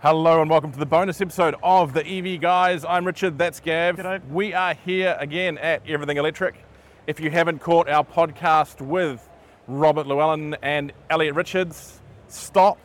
Hello and welcome to the bonus episode of the EV Guys. I'm Richard, that's Gav. G'day. We are here again at Everything Electric. If you haven't caught our podcast with Robert Llewellyn and Elliot Richards, stop,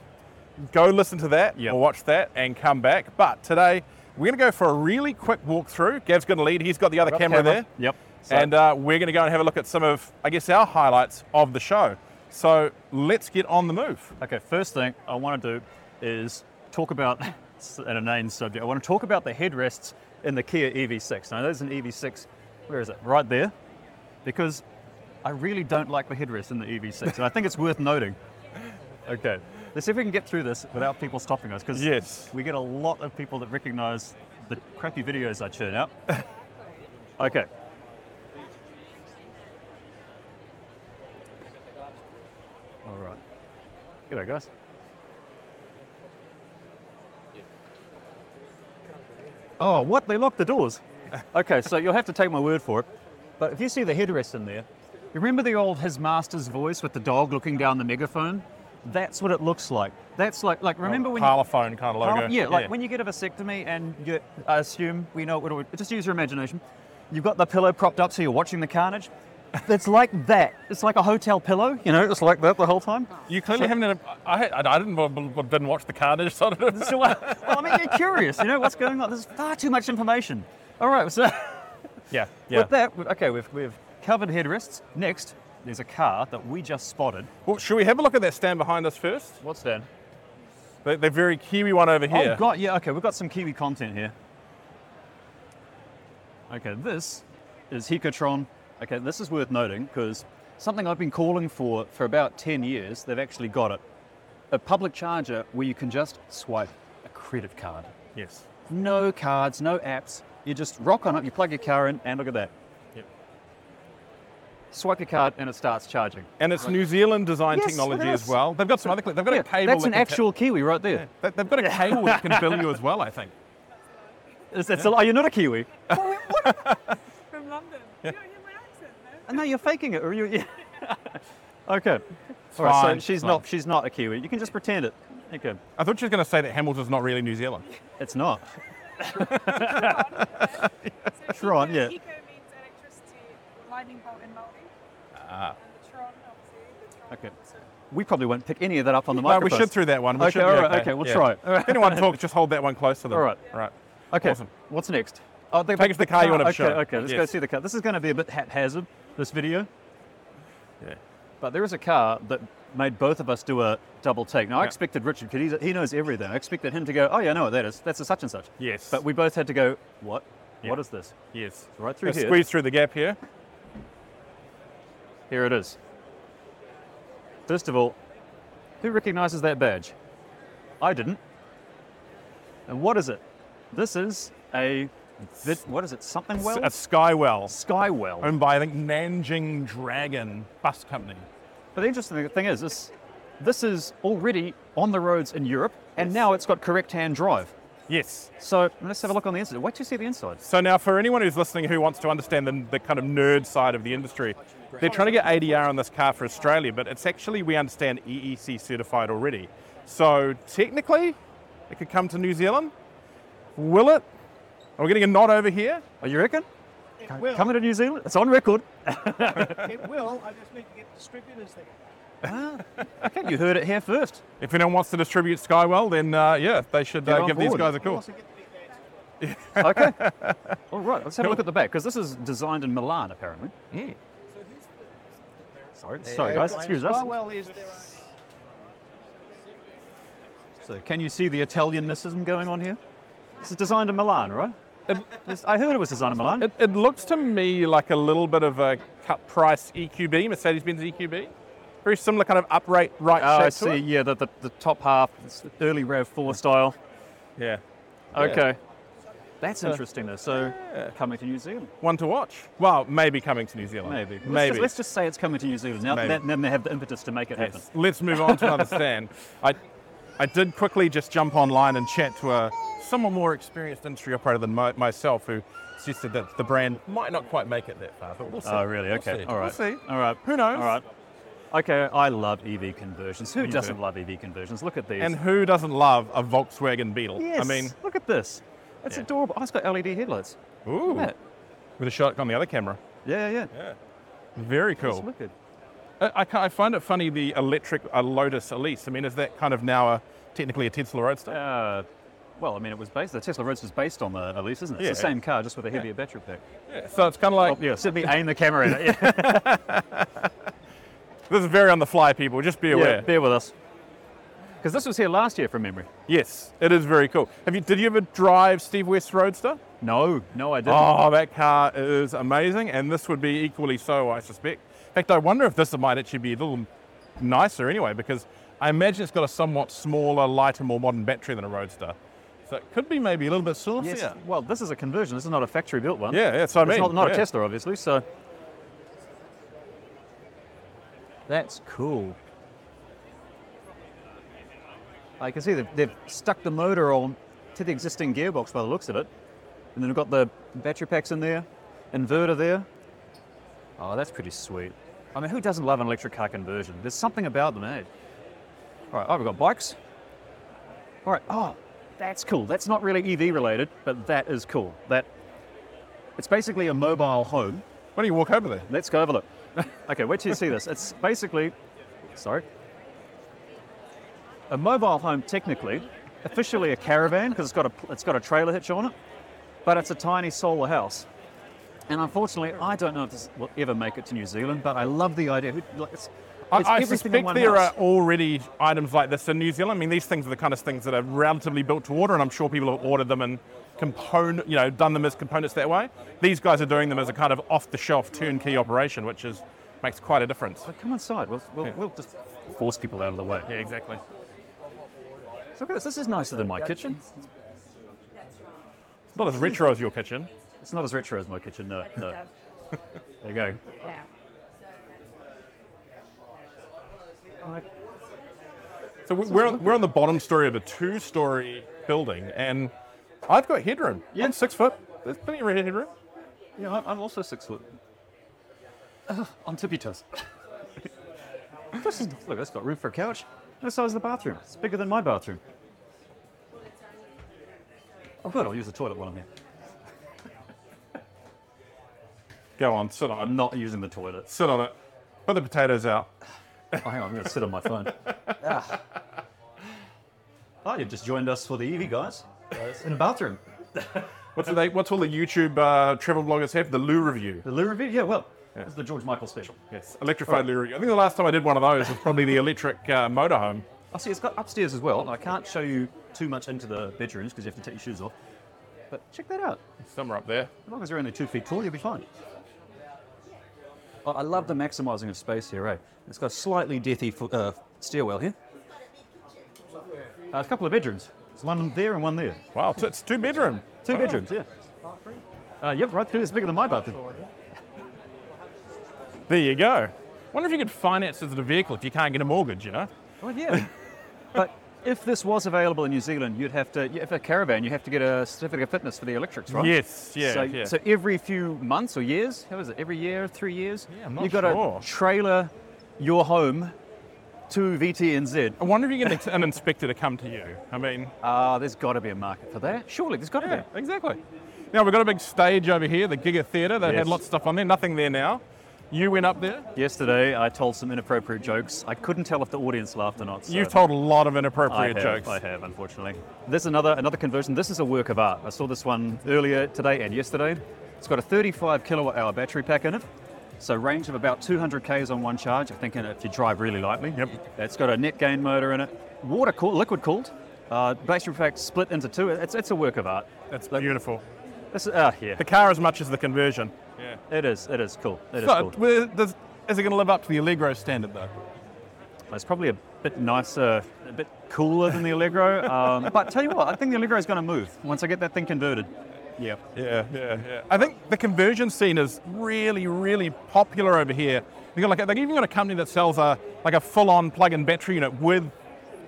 go listen to that Yep. or watch that and come back. But today we're going to go for a really quick walkthrough. Gav's going to lead, he's got the other camera, there. Yep. and uh, we're going to go and have a look at some of, I guess, our highlights of the show. So let's get on the move. okay, first thing I want to do is talk about an inane subject. I want to talk about the headrests in the Kia EV6. Now, there's an EV6. Where is it? Right there. Because I really don't like the headrest in the EV6, and I think it's worth noting. Okay. Let's see if we can get through this without people stopping us, because Yes. we get a lot of people that recognise the crappy videos I churn out. okay. All right. G'day, guys. Oh, what? They locked the doors. Okay, so you'll have to take my word for it. But if you see the headrest in there, you remember the old His Master's voice with the dog looking down the megaphone? That's what it looks like. That's like, like Oh, remember when you- Parlophone kind of logo. yeah, like when you get a vasectomy and you, I assume we know what it would, just use your imagination. You've got the pillow propped up so you're watching the carnage. It's like that. It's like a hotel pillow, you know, it's like that the whole time. You clearly haven't. I, I, I didn't I didn't watch the carnage, so I don't know. So, uh, well, I mean, you're curious, you know, what's going on? There's far too much information. All right, so Yeah, with that, okay, we've, we've covered headrests. Next, there's a car that we just spotted. Well, should we have a look at that stand behind us first? What's that? The, the very Kiwi one over here. Oh god, yeah, okay, we've got some Kiwi content here. Okay, this is Hikatron. Okay, this is worth noting because something I've been calling for for about 10 years, they've actually got it. A public charger where you can just swipe a credit card. Yes. No cards, no apps. You just rock on it, you plug your car in, and look at that. Yep. Swipe your card and it starts charging. And it's New Zealand design Yes, technology look at as this. well. They've got some other. cli- They've got Yeah, a cable. that's that an can ta- actual Kiwi right there. they- they've got a cable that can bill you as well. I think. Is that still- are you not a Kiwi? from London. You don't hear my accent, no? Oh, No, you're faking it, or you. Yeah. okay. All right. fine, So she's fine. not. She's not a Kiwi. You can just pretend it. Okay. I thought she was going to say that Hamilton's not really New Zealand. It's not. So Kiko, Tron, yeah. Kiko means electricity, lightning bolt in Maori. And the Tron, obviously. The Tron Ah. Okay. also. We probably won't pick any of that up on the No, microphone. we should through that one. We Okay, should be all right, okay, we'll try it. All right. If anyone talks, just hold that one close to them. All right. Right. Okay. Awesome. What's next? Oh, they, Take us to the car you want to okay, show. Okay. Let's go Yes. see the car. This is going to be a bit haphazard. This video. Yeah. But there is a car that made both of us do a double take. Now, I Yeah. expected Richard, because he knows everything, I expected him to go, oh, yeah, I know what that is. That's a such and such. Yes. But we both had to go, what? Yeah. What is this? Yes. Right through Let's here. Squeeze through the gap here. Here it is. First of all, who recognizes that badge? I didn't. And what is it? This is a. This, what is it? Something well? A Skywell. Skywell. owned by I think Nanjing Dragon Bus Company. But the interesting thing is, this, this is already on the roads in Europe, and now it's got correct hand drive. Yes. So let's have a look on the inside. Wait till you see the inside. So now, for anyone who's listening who wants to understand the, the kind of nerd side of the industry, they're trying to get ADR on this car for Australia, but it's actually we understand EEC certified already. So technically, it could come to New Zealand. Will it? Are we getting a nod over here? Oh, you reckon? It will. Coming to New Zealand? It's on record. It will. I just need to get distributors there. Okay, you heard it here first. If anyone wants to distribute Skywell, then uh, yeah, they should Get uh, on give these board. guys We'll a call. also get the big guys. Okay. All right, let's have a look at the back because this is designed in Milan, apparently. Hmm. Sorry, sorry, guys, excuse us. Well, is their own. So, can you see the Italianism going on here? This is designed in Milan, right? This- I heard it was designed in Milan. It, it looks to me like a little bit of a cut price E EQB, Mercedes Benz EQB. E Very similar kind of upright right oh, shape. I to see. it. Yeah, the, the, the top half, it's the early Rav Four style. Yeah. Uh, Okay, that's interesting though. So, coming to New Zealand, One to watch. Well, maybe coming to New Zealand. maybe. Let's just- Let's Maybe. just, say it's coming to New Zealand now. Maybe. Then, then they have the impetus to make it happen. Yes. Let's move on to another stand. I, I did quickly just jump online and chat to a someone more experienced industry operator than my, myself who suggested that the brand might not quite make it that far, but we'll see. Oh, really? We'll Okay. see. All right. We'll see. All right. Who knows? All right. Okay, I love EV conversions. Who doesn't love EV conversions? Look at these. And who doesn't love a Volkswagen Beetle? yes, I mean, look at this. It's Yeah. adorable. Oh, it's got LED headlights. ooh, Look at that. with a shot on the other camera. Yeah, yeah, yeah. Very It's cool. wicked. I, I, ca- I find it funny the electric uh, Lotus Elise. I mean, is that kind of now a, technically a Tesla Roadster? Uh, well, I mean, it was based. The Tesla Roadster is based on the Elise, isn't it? Yeah. It's the same car, just with a heavier battery pack. So it's kind of like Oh, yeah. Let me aim the camera at it. Yeah, this is very on the fly, people. Just be aware. yeah, bear with us. Because this was here last year from memory. yes, it is very cool. Have you? Did you ever drive Steve West Roadster? No, no, I didn't. Oh, that car is amazing, and this would be equally so, I suspect. In fact, I wonder if this might actually be a little nicer anyway, because I imagine it's got a somewhat smaller, lighter, more modern battery than a Roadster. So it could be maybe a little bit saucier. yes. Well, this is a conversion. This is not a factory built one. Yeah, that's what I It's mean. not, not yeah. a Tesla, obviously. So that's cool. I can see they've, they've stuck the motor on to the existing gearbox by the looks of it, and then we've got the battery packs in there, inverter there. Oh, that's pretty sweet. I mean, who doesn't love an electric car conversion? There's something about them, eh? All right, oh, we've got bikes. All right, oh, that's cool. That's not really EV related, but that is cool. That it's basically a mobile home. Why don't you walk over there? Let's go have a look. Okay, wait till you see this. It's basically, sorry, a mobile home technically, officially a caravan because it's got a it's got a trailer hitch on it, but it's a tiny solar house. And unfortunately, I don't know if this will ever make it to New Zealand, but I love the idea. Who- like, It's, I, it's I everything in suspect one there house. are already items like this in New Zealand. I mean, these things are the kind of things that are relatively built to order, and I'm sure people have ordered them and component, you know, done them as components that way. These guys are doing them as a kind of off-the-shelf turnkey operation, which is makes quite a difference. But come inside. We'll, we'll, we'll just force people out of the way. Yeah, exactly. So look at this. This is nicer than my kitchen. It's not as retro as your kitchen. It's not as retro as my kitchen. No, no. There you go. Yeah. So we- we're we're on the bottom story of a two-story building, and I've got headroom. Yeah, I'm six foot. There's plenty of headroom. Yeah, I'm, I'm also six foot. Ugh, on tippy toes. this is, look, that's got room for a couch. This size of the bathroom. It's bigger than my bathroom. Oh, good. I'll use the toilet while I'm here. Go on, sit on, I'm not using the toilet. sit on it. Put the potatoes out. Oh, hang on, I'm going to sit on my phone. Ah. Oh, you've just joined us for the Evie guys. Guys, in a bathroom. What's, they, what's all the YouTube uh, travel bloggers have? The Loo Review. The Lou review? Yeah, well, it's the George Michael special. Yes, electrified Loo Review. I think the last time I did one of those was probably the electric uh, motorhome. I Oh, see it's got upstairs as well. and I can't show you too much into the bedrooms because you have to take your shoes off. But check that out. Somewhere up there. As long as you're only two feet tall, you'll be fine. I I love the maximising of space here, eh? It's got a slightly deathy fo- uh, stairwell here. Uh, a couple of bedrooms. There's one there and one there. Wow, so it's two bedroom. Two bedrooms, yeah. Uh, yep, right through. It's bigger than my bathroom. There you go. Wonder if you could finance it as a vehicle if you can't get a mortgage, you know? Well, Oh, yeah. but if this was available in New Zealand, you'd have to, if a caravan, you have to get a certificate of fitness for the electrics, right? Yes, yeah, so, yeah. so every few months or years, how is it? Every year, three years? Yeah, I'm not You've got sure. to trailer your home to VTNZ. I wonder if you can get an inspector to come to you. I mean, Ah, there's got to be a market for that. Surely, there's got to yeah, exactly. Now, we've got a big stage over here, the Giga Theatre. They Yes. had lots of stuff on there. Nothing there now. You went up there. be. Yesterday, I told some inappropriate jokes. I couldn't tell if the audience laughed or not. so- You've told a lot of I inappropriate have, jokes. I have, unfortunately. There's another another conversion. This is a work of art. I saw this one earlier today and yesterday. It's got a 35 kilowatt hour battery pack in it, so range of about 200 k's on one charge. I think in it, if you drive really lightly. Yep. It's got a net gain motor in it, water cooled, liquid cooled. Uh, battery pack split into two. It's it's a work of art. That's beautiful. This is ah yeah. The car as much as the conversion. Yeah. It is it is cool. It is So, cool. we're- there's- is it going to live up to the Allegro standard, though? It's probably a bit nicer, a bit cooler than the Allegro. um, but tell you what, I think the Allegro is going to move once I get that thing converted. Yeah. Yeah, yeah, yeah. I think the conversion scene is really, really popular over here. They've got like they've even got a company that sells a like a full-on plug-in battery unit with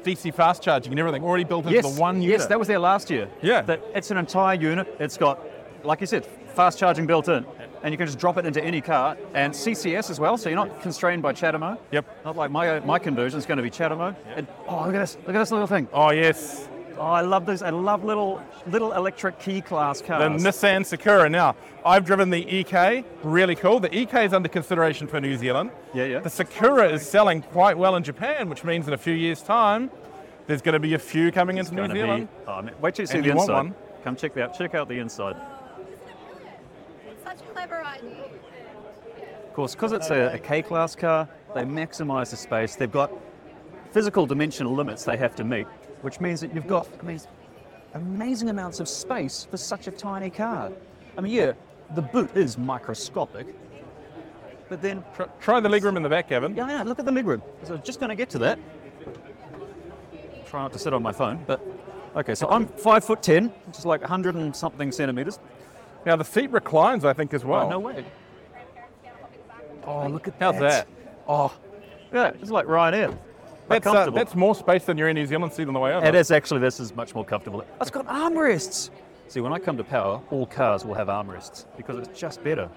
DC fast charging and everything already built into the one unit. Yes, that was there last year. Yeah. That it's an entire unit. It's got, like you said, fast charging built in. and you can just drop it into any car and CCS as well, so you're not constrained by Chatamo. Yep. Not like my my conversion is going to be Chatamo. And oh, look at this! Look at this little thing. Oh yes, Oh, I love those. I love little little electric key class the cars. Nissan Sakura. Now, I've driven the EK, really cool. The EK is under consideration for New Zealand. Yeah, yeah. The Sakura is selling quite well in Japan, which means in a few years' time, there's going to be a few coming into New Gonna be- Zealand. oh, man, wait till you see And the you want inside. one. Come check that. Check out the inside. Such a clever idea. Of course, because it's a, a K-class car, they maximise the space. They've got physical dimensional limits they have to meet, which means that you've got I mean, amazing amounts of space for such a tiny car. I mean, yeah, the boot is microscopic, but then Try, try the legroom in the back, Gavin. yeah, yeah, look at the legroom. So just going to get to that. Try not to sit on my phone, but okay. So I'm five foot ten, which is like hundred and something centimeters. Now, the seat reclines, I think, as well. Oh, no way. Oh, look at How's that? Oh, yeah, it's like Ryanair. But That's, uh, comfortable. that's more space than your New Zealand seat on the way over. it is actually, this is much more comfortable. It's got armrests. See, when I come to power, all cars will have armrests because it's just better.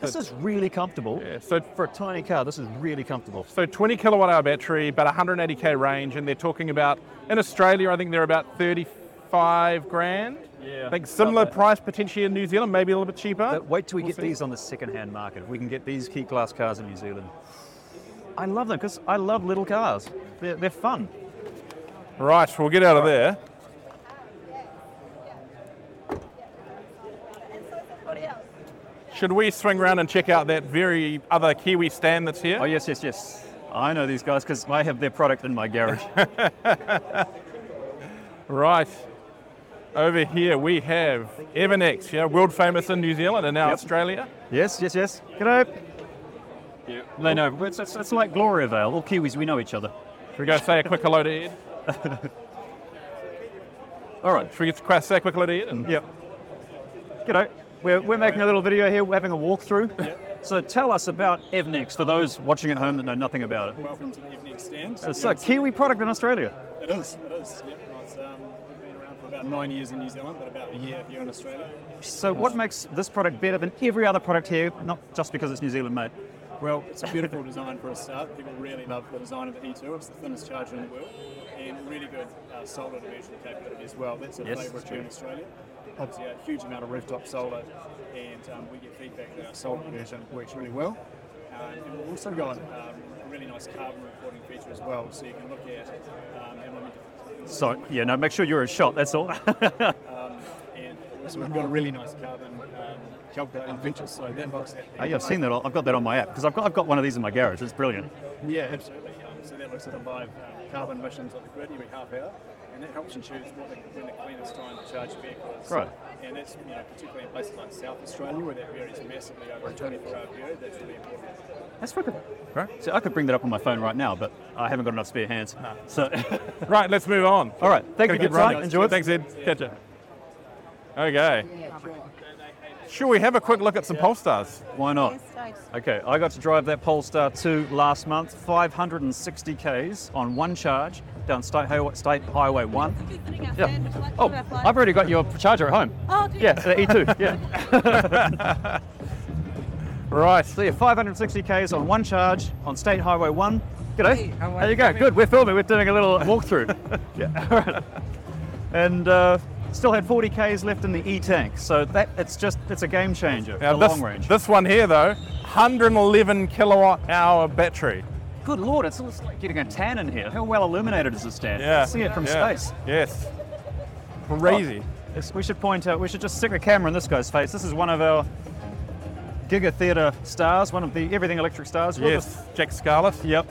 This is really comfortable. Yeah, so- for a tiny car, this is really comfortable. So 20 kilowatt hour battery, about 180k range, and they're talking about in Australia, I think they're about 35 grand. Yeah, I think about similar that. price potentially in New Zealand, maybe a little bit cheaper. But wait till we get see. these on the second-hand market. If we can get these key class cars in New Zealand, I love them because I love little cars. They're, they're fun. Right, we'll get out of there. Should we swing round and check out that very other Kiwi stand that's here? Oh yes, yes, yes. I know these guys because I have their product in my garage. Right. Over here we have Evanex, yeah, world famous in New Zealand and now Yep. Australia. Yes, yes, yes. G'day. They know. but It's, it's, it's like Gloria Vale. All Kiwis, we know each other. Should we go say a quick hello to Ed? All right. Should we get to say a quick hello to Ed? And Yep. G'day. We're, we're making a little video here. We're having a walkthrough. So tell us about Evnex for those watching at home that know nothing about it. Welcome to the evening stand. It's a Kiwi product in Australia. It is, it is. Yeah, it's, um, we've been around for about nine years in New Zealand, but about a year here in Australia. So what makes this product better than every other product here? Not just because it's New Zealand made. Well, it's a beautiful design for a start. People really love the design of the E2. It's the thinnest charger in the world, and really good uh, solar dimensional capability as well. That's a Yes, favourite it's here in Australia. Obviously, a huge amount of rooftop solar, and um, we get feedback that our solar version works really well. Uh, and we've also got um, a really nice carbon reporting feature as well, so you can look at um, how many So yeah, no, make sure you're in shot. That's all. and also we've got a really nice carbon um, calculating feature. So that helps. that- Oh, yeah, I've seen that. I've got that on my app because I've got, I've got one of these in my garage. It's brilliant. Yeah, absolutely. Um, so that looks at the live um, carbon emissions of the grid every half hour, and that helps you choose what the, when the cleanest time to charge vehicle is. Right. And that's you know particularly in places like South Australia where that varies massively over a 24-hour period. That's really important. That's wicked. Right. So I could bring that up on my phone right now, but I haven't got enough spare hands. So, Right, let's move on. all right. Thank Gotta you. keep Brian. running. Enjoy it. Thanks, Ed. Catch ya. Okay. Shall we have a quick look at some Polestars? Why not? Okay, I got to drive that Polestar 2 last month, 560 k's on one charge down State Highway, State Highway 1. Yeah. Oh, I've already got your charger at home. Oh, do you? Yeah, the E2. Yeah. Right. So yeah, 560 k's on one charge on State Highway 1. G'day. Hey, how how are you you going? doing? Good. We're filming. We're doing a little walkthrough. yeah. All right. And uh, still had 40 k's left in the E tank. So that it's just it's a game changer. Now the this, long range. this one here though, 111 kilowatt hour battery. Good lord, it's almost like getting a tan in here. How well illuminated is this stand? You Yeah. can see it from yeah, space. Yes. Crazy. It's- we should point out, we should just stick a camera in this guy's face. This is one of our Giga Theatre stars, one of the everything electric stars. We'll just- yes. Jack Scarlett. yep.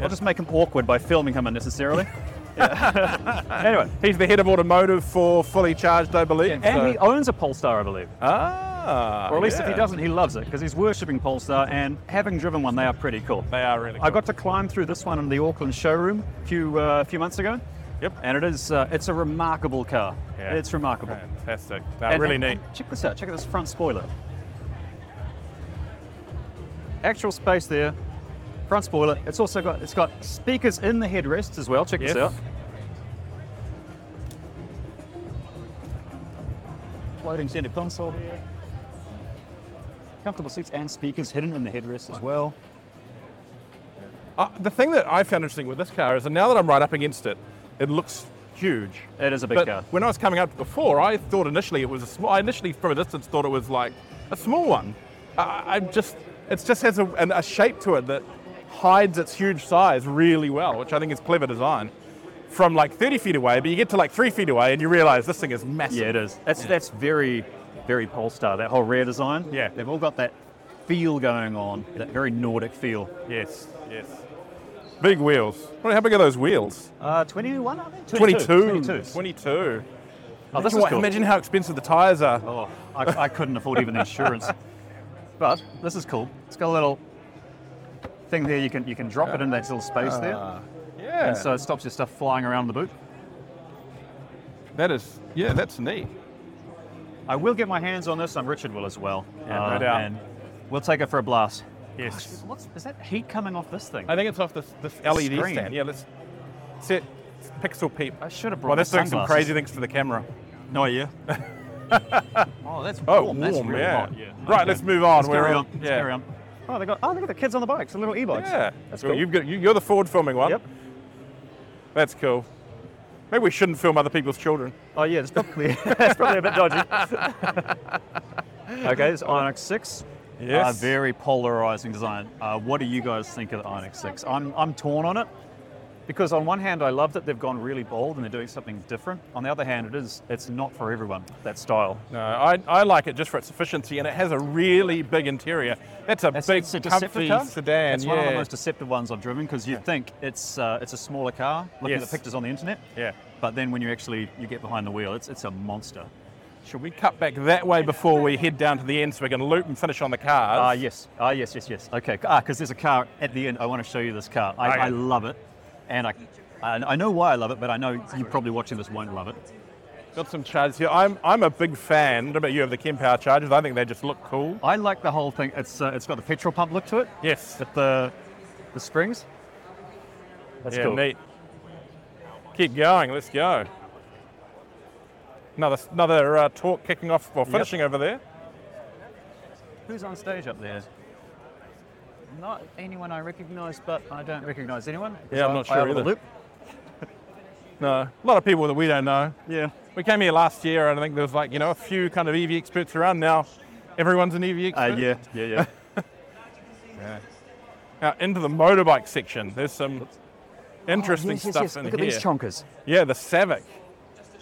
I'll just make him awkward by filming him unnecessarily. Yeah. anyway, He's the head of automotive for Fully Charged, I believe. and so- he owns a Polestar, I believe. ah. Or at least if he yeah. doesn't, he loves it because he's worshipping Polestar and having driven one, they are pretty cool. They are really. I cool. got to climb through this one in the Auckland showroom a few, uh, few months ago. Yep. And it is, uh, it's a remarkable car. Yeah. It's remarkable. Fantastic. They're And- really and- neat. and check this out, check out this front spoiler. Actual space there, front spoiler. It's also got, it's got speakers in the headrests as well. Check Yes. this out. Floating center console here. comfortable seats and speakers hidden in the headrest as well. Uh, the thing that I found interesting with this car is that now that I'm right up against it, it looks huge. It is a big but car. When I was coming up before, I thought initially it was a small. I initially, from a distance, thought it was like a small one. I, I just, it just has a, an, a shape to it that hides its huge size really well, which I think is clever design. From like 30 feet away, but you get to like three feet away and you realize this thing is massive. Yeah, it is. That's that's very, very Polestar. That whole rear design. Yeah. they've all got that feel going on, that very Nordic feel. Yes, yes. Big wheels. What- How big are those wheels? Uh, 21, are they? 22. 22. 22. Oh, this Imagine is what- cool. Imagine how expensive the tires are. Oh, I, I couldn't afford even the insurance. But this is cool. It's got a little thing there. You can you can drop it in that little space Ah. there, Yeah. and so it stops your stuff flying around the boot. that is, yeah, that's neat. I will get my hands on this. I'm Richard will as well. Um, Yeah, no doubt. And we'll take it for a blast. Yes. What's, is that heat coming off this thing? I think it's off this, this LED Screen. stand. Yeah, let's set pixel peep. I should have brought. Well, that's my doing some sunglasses. crazy things for the camera. No, yeah. oh, that's Oh, warm. warm, that's really yeah. hot. Yeah. Right, let's move on. Let's carry We're- on. Let's yeah. carry on. Oh, they got. Oh, look at the kids on the bikes. The little e-bikes. Yeah. that's Well, cool. You've got, you, you're the forward filming one. Yep. That's cool. Maybe we shouldn't film other people's children. Oh yeah, it's probably it's probably a bit dodgy. okay, this Onyx Six. Yes. Uh, very polarizing design. Uh, what do you guys think of the Onyx Six? I'm I'm torn on it because on one hand I love that they've gone really bold and they're doing something different. On the other hand, it is it's not for everyone that style. No, I, I like it just for its efficiency, and it has a really big interior. That's a That's big, it's a comfy deceptive car. sedan. It's yeah. one of the most deceptive ones I've driven because you'd think it's uh, it's a smaller car looking at Yes. the pictures on the internet. Yeah. But then when you actually you get behind the wheel, it's it's a monster. Should we cut back that way before we head down to the end so we can loop and finish on the cars? Ah, yes. Ah, yes, yes, yes. Okay. Ah, because there's a car at the end. I want to show you this car. I, Okay. I love it. And I, I I know why I love it, but I know you probably watching this won't love it. Got some chargers here. I'm, I'm a big fan. What about you of the Kim Power chargers? I think they just look cool. I like the whole thing. It's uh, It's got the petrol pump look to it Yes. with the the springs. That's yeah, cool. neat. Keep going. Let's go. Another another uh, talk kicking off or finishing over there. Who's on stage up there? Not anyone I recognise, but I don't recognise anyone. 'cause Yeah, I'm not sure out of the either. loop. No, a lot of people that we don't know. Yeah. We came here last year, and I think there was like you know a few kind of EV experts around. Now, everyone's an EV expert. Uh, yeah, yeah, yeah. Now into the motorbike section. There's some interesting Oh, yes, yes, stuff yes. in Look here. at these chonkers. yeah, the Savic.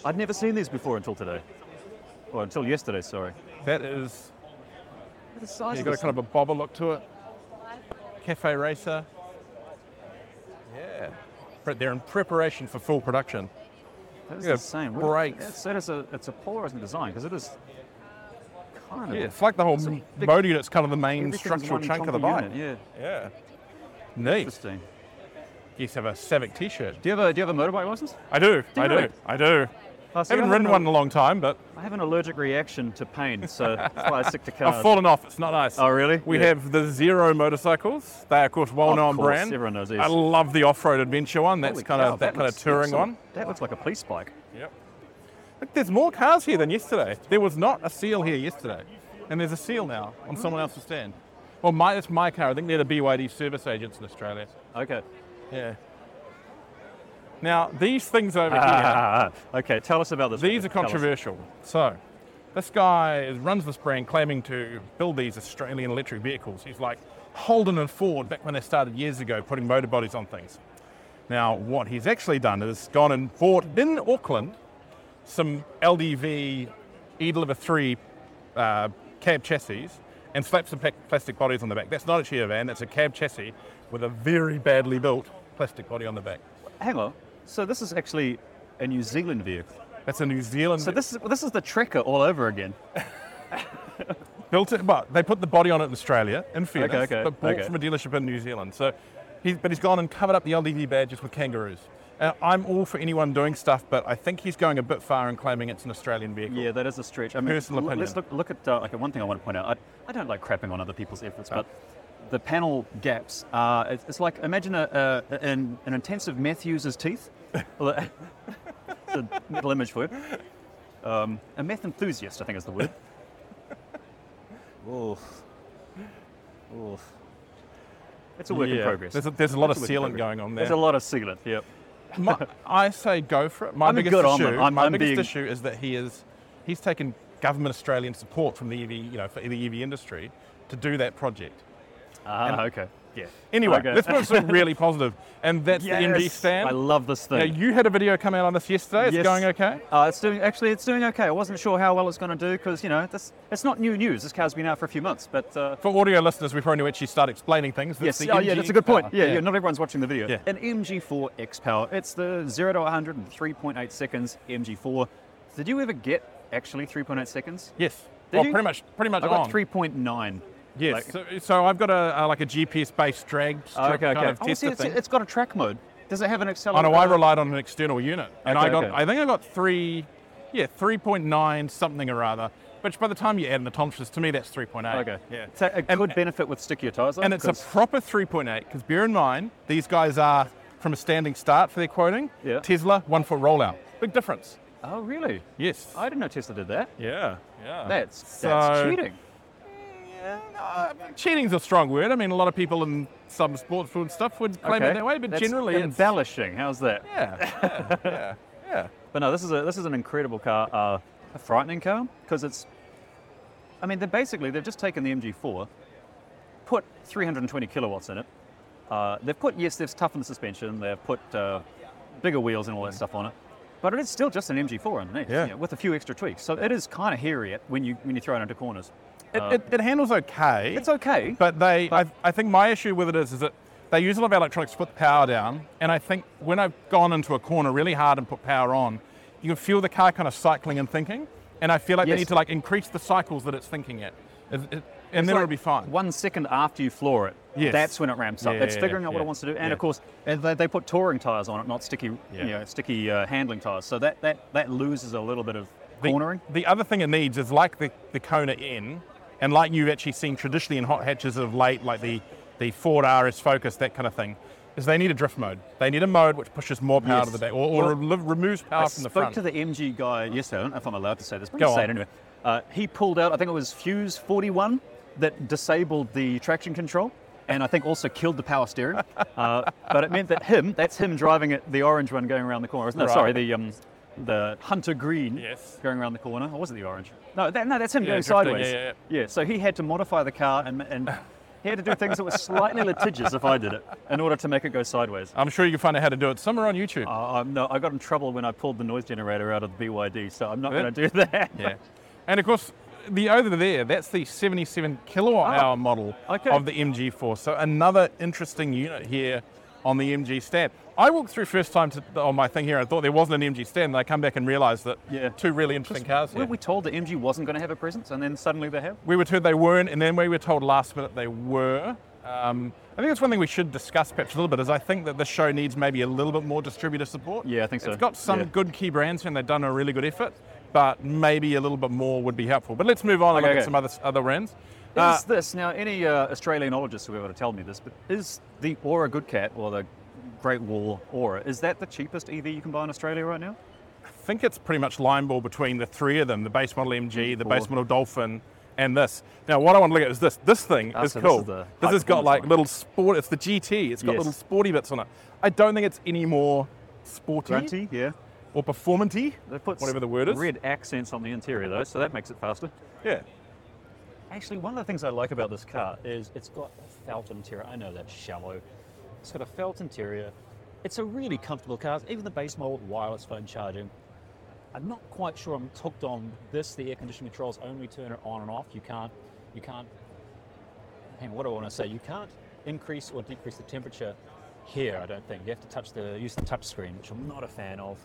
I'd never seen these before until today. Or until yesterday, sorry. That is. The size You've got a kind of a bobber look to it. Cafe Racer. Yeah. Pre- They're in preparation for full production. That is Yeah, insane. What- brakes. That's, that is a, it's a polarizing design because it is kind of. Yeah, it's like the whole It's a m- big- motor unit's kind of the main everything's structural one chunk of the chunky bike. unit, Yeah, Yeah. Neat. interesting. You have a Savic t-shirt. Do you have a do you have a motorbike license? I do. Do you I really? do. I do. I I haven't ridden one in a long time, but I have an allergic reaction to pain, so that's why I stick to cars. I've fallen off. It's not nice. Oh, really? We Yeah. have the Zero motorcycles. They are, of course, well-known course, brand. everyone knows these. I love the off-road adventure one. That's Holy kind cow, of that, kind of looks touring excellent. one. That looks like a police bike. Yep. Look, there's more cars here than yesterday. There was not a seal here yesterday, and there's a seal now on someone else's stand. Well, my, that's my car. I think they're the BYD service agents in Australia. Okay. Yeah. Now these things over here, Ah, okay, tell us about this. these are Richard, tell us. controversial. So, this guy is- runs this brand claiming to build these Australian electric vehicles. He's like Holden and Ford back when they started years ago, putting motor bodies on things. Now, what he's actually done is gone and bought in Auckland some LDV E-Deliver 3 uh, cab chassis and slapped some pla- plastic bodies on the back. That's not actually a van, that's a cab chassis with a very badly built plastic body on the back. Hang on. So this is actually a New Zealand vehicle. That's a New Zealand. So this is this is the Trekker all over again. built it, but they put the body on it in Australia, in fairness, okay, but bought okay. from a dealership in New Zealand. So, he's, but he's gone and covered up the LDV badges with kangaroos. Uh, I'm all for anyone doing stuff, but I think he's going a bit far and claiming it's an Australian vehicle. Yeah, that is a stretch. I mean, Personal l- Let's opinion. look, look at uh, okay, one thing I want to point out. I, I don't like crapping on other people's efforts, Ah. but the panel gaps are. It's, it's like imagine a, a, an, an intensive meth user's teeth. Well, that- it's a mental image for it. Um, a meth enthusiast, I think, is the word. Oof. Oof. It's a work in Yeah. progress. There's a, there's a lot of It's a work in sealant progress. going on there. There's a lot of sealant. Yep. My- I say go for it. My I'm a biggest good issue, omen. I'm- my I'm biggest being- issue is that he is he's taken government Australian support from the EV, you know, for the EV industry to do that project. Ah, okay. Yeah. Anyway, Okay. let's move to something really positive, and that's the MG Yes! stand. I love this Now, thing. you had a video come out on this yesterday. It's Yes. going okay. Uh, it's doing actually. It's doing okay. I wasn't sure how well it's going to do because you know this. It's not new news. This car's been out for a few months, but uh, For audio listeners, we probably need to actually start explaining things. That's yes. the Oh, yeah, MG that's a good point. power. Yeah, yeah, Not everyone's watching the video. Yeah. An MG4 X Power. It's the zero to 100 in 3.8 seconds. MG4. Did you ever get actually 3.8 seconds? Yes. Did well, you? pretty much, pretty much I on. got 3.9. Yes. like- so, so I've got a, uh like a GPS-based drag strip okay. kind Okay. of Oh, tester see, it's, thing. it's got a track mode. Does it have an I accelerator? know I relied on an external unit, and Okay, I got okay. I think I got three, yeah, three point nine something or other. Which by the time you add in the tonsils, to me that's three point eight. Okay. yeah. It's a, a good benefit with stickier tires. though, And it's a 'cause- proper three point eight because bear in mind these guys are from a standing start for their quoting. Yeah. Tesla one foot rollout, big difference. oh really? Yes. I didn't know Tesla did that. yeah. Yeah. That's that's Uh, So- cheating. Yeah, no, I mean, cheating's a strong word. I mean, a lot of people in some sports food and stuff would claim it Okay. that way, but That's generally it's embellishing. How's that? Yeah. But no, this is a this is an incredible car, uh, a frightening car because it's. I mean, they're basically they've just taken the MG4, put 320 kilowatts in it. Uh, they've put yes, they've toughened the suspension. They've put uh, bigger wheels and all that stuff on it. But it is still just an MG4 underneath, Mm. Yeah. you know, with a few extra tweaks. So it is kind of hairy at- when you when you throw it into corners. It, it, it handles Uh, okay. It's okay. But they, I, I think my issue with it is, is that they use a lot of electronics to put the power down, and I think when I've gone into a corner really hard and put power on, you can feel the car kind of cycling and thinking, and I feel like Yes. they need to like increase the cycles that it's thinking at, It- it- and then it'll It's like be fine. One second after you floor it, Yes. that's when it ramps up. Yeah, it's yeah, figuring out what yeah, it wants to do, and yeah. of course, and they, they put touring tires on it, not sticky, Yeah. you know, sticky uh, handling tires. So that, that that loses a little bit of The- cornering. The, other thing it needs is like the, the Kona N, and like you've actually seen traditionally in hot hatches of late, like the, the Ford RS Focus, that kind of thing, is they need a drift mode. They need a mode which pushes more power Yes. to the back, or, or Well, relo- removes power I from the spoke front. to the MG guy yesterday. I don't know if I'm allowed to say this, but Go I'll say on. it anyway. Uh, he pulled out, I think it was Fuse 41, that disabled the traction control, and I think also killed the power steering. uh, but it meant that him, that's him driving it, the orange one going around the corner. No, Right. sorry, the um, the hunter green Yes. going around the corner. Or was it the orange? No, that, no, that's him Yeah, going drifting, sideways. yeah, yeah, so he had to modify the car and, and he had to do things that were slightly litigious if I did it in order to make it go sideways. I'm sure you can find out how to do it somewhere on YouTube. Uh, um, no, I got in trouble when I pulled the noise generator out of the BYD, so I'm not Yeah. going to do that. Yeah. And of course, the over there, that's the 77 kilowatt Ah, hour model okay. of the MG4. So another interesting unit here on the MG stand. I walked through first time to, on my thing here and thought there wasn't an MG stand, and I come back and realised that Yeah. two really interesting cars here. Weren't we told that MG wasn't going to have a presence, and then suddenly they have? We were told they weren't, and then we were told last minute they were. Um, I think that's one thing we should discuss perhaps a little bit is I think that this show needs maybe a little bit more distributor support. Yeah, I think so. It's got some Yeah. good key brands and they've done a really good effort, but maybe a little bit more would be helpful. But let's move on and Okay, look at okay. some other other brands. Uh, is this now? Any uh, Australianologist will be able to tell me this, but is the Aura Good Cat or the Great Wall Aura is that the cheapest EV you can buy in Australia right now? I think it's pretty much line ball between the three of them: the base model MG, the Cool. base model Dolphin, and this. Now, what I want to look at is this. This thing Ah, is so this cool. is the this has got high-performance like one. little sport. It's the GT. It's got Yes. little sporty bits on it. I don't think it's any more sporty Grunty, yeah. or performanty, They put whatever the word is. Red accents on the interior though, so that makes it faster. Yeah. Actually, one of the things I like about this car is it's got a felt interior. I know that's shallow. It's got a felt interior. It's a really comfortable car. Even the base model wireless phone charging. I'm not quite sure I'm hooked on this. The air conditioning controls only turn it on and off. You can't. You can't. Hang on, what do I want to say? You can't increase or decrease the temperature here. I don't think you have to touch the use the touch screen, which I'm not a fan of.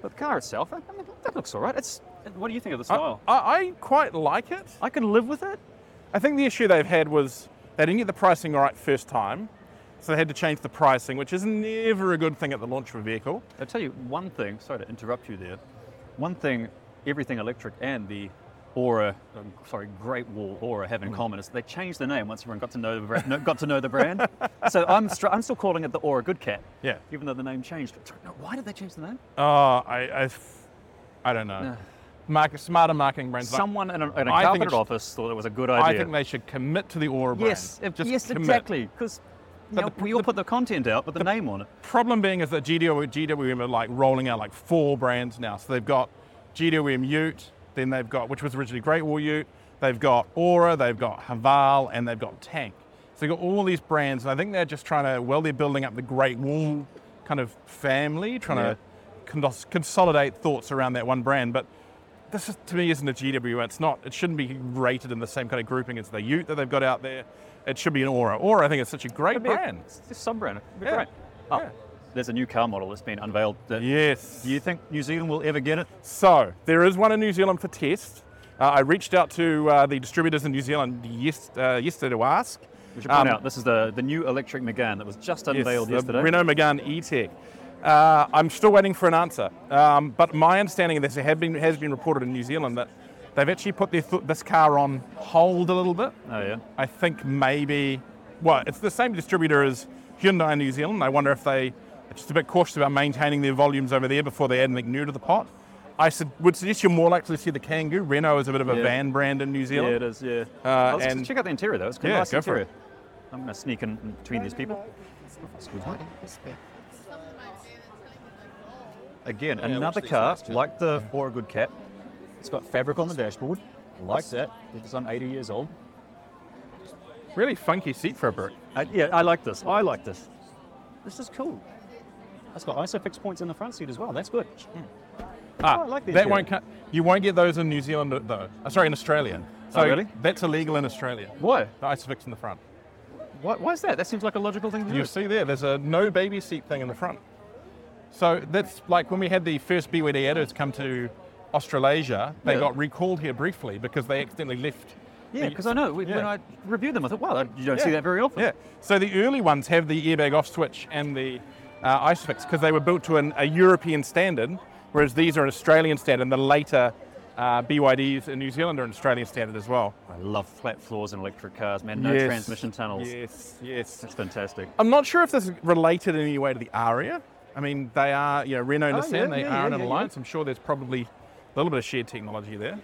But the car itself, I mean, that looks all right. It's. What do you think of the I, I, I quite like it. I can live with it. I think the issue they've had was they didn't get the pricing right first time, so they had to change the pricing, which is never a good thing at the launch of a vehicle. I'll tell you one thing, sorry to interrupt you there. One thing everything electric and the Aura, um, sorry, Great Wall Aura have in Hmm. common is they changed the name once everyone got to know the brand, no, got to know the brand. So I'm str- I'm still calling it the Aura Good Cat. Yeah. Even though the name changed. Sorry, no, why did they change the name? Oh, I, I f- I don't know. market, smarter marketing brands. like- Someone in a, in a I think carpeted it's- office thought it was a good I idea. think they should commit to the Aura brand. yes, if- Just yes, commit. exactly. Because But the- we all the- put the content out, but the, name on it. Problem being is that GW, GWM are like rolling out like four brands now. So they've got GWM Ute, then they've got, which was originally Great Wall Ute, they've got Aura, they've got Haval, and they've got Tank. So they've got all these brands, and I think they're just trying to, well, they're building up the Great Wall kind of family, trying to condos- consolidate thoughts around that one brand. But this is, to me isn't a GW. It's not. It shouldn't be rated in the same kind of grouping as the Ute that they've got out there. It should be an Aura. Aura, I think, is such a great Could be a- brand. it's just some brand. It'd be Yeah. great. Oh, Yeah. There's a new car model that's been unveiled. That Yes. Do you think New Zealand will ever get it? So there is one in New Zealand for test. Uh, I reached out to uh, the distributors in New Zealand yes, uh, yesterday to ask. We should point Um, out this is the, the new electric Megane that was just unveiled yes, uh, the yesterday. Renault Megane E-Tech. E Uh, I'm still waiting for an answer, um, but my understanding of this it had been, has been reported in New Zealand that they've actually put their th- this car on hold a little bit. oh yeah. I think maybe, well, it's the same distributor as Hyundai in New Zealand. I wonder if they are just a bit cautious about maintaining their volumes over there before they add anything new to the pot. I su- would suggest you're more likely to see the Kangoo. Renault is a bit of a Yeah. van brand in New Yeah, Zealand. it is. Yeah. Uh, Let's just and- check out the interior though. It's quite Yeah, nice go for interior. it. I'm gonna sneak in between these people. Again, another car like the Aura Good Cat. It's got fabric on the dashboard. I Like that. It's on 80 years old. Really funky seat fabric. Uh, yeah, I like this. I like this. This is cool. That's got ISOFIX points in the front seat as well. That's good. Ah, Oh, I like the that interior. won't cut. You won't get those in New Zealand though. Uh, sorry, in Australia. So Oh, really? That's illegal in Australia. Why? The Isofix in the front. Why, why is that? That seems like a logical thing to do. You see there, there's a no baby seat thing in the front. So that's like when we had the first BYD editors come to Australasia, they Yeah. got recalled here briefly because they accidentally left. Yeah, the- because I know we, when Yeah. I reviewed them, I thought, wow, you don't see Yeah. that very often. Yeah. So the early ones have the airbag off switch and the uh, ice fix because they were built to an, a European standard, whereas these are an Australian standard. And the later uh, BYDs in New Zealand are an Australian standard as well. I love flat floors in electric cars, man. No Yes. transmission tunnels. Yes, yes. That's fantastic. I'm not sure if this is related in any way to the Aria. I mean, they are, you know, Renault and Oh, Nissan, yeah, they yeah, are yeah, in an yeah, yeah. alliance. I'm sure there's probably a little bit of shared technology there.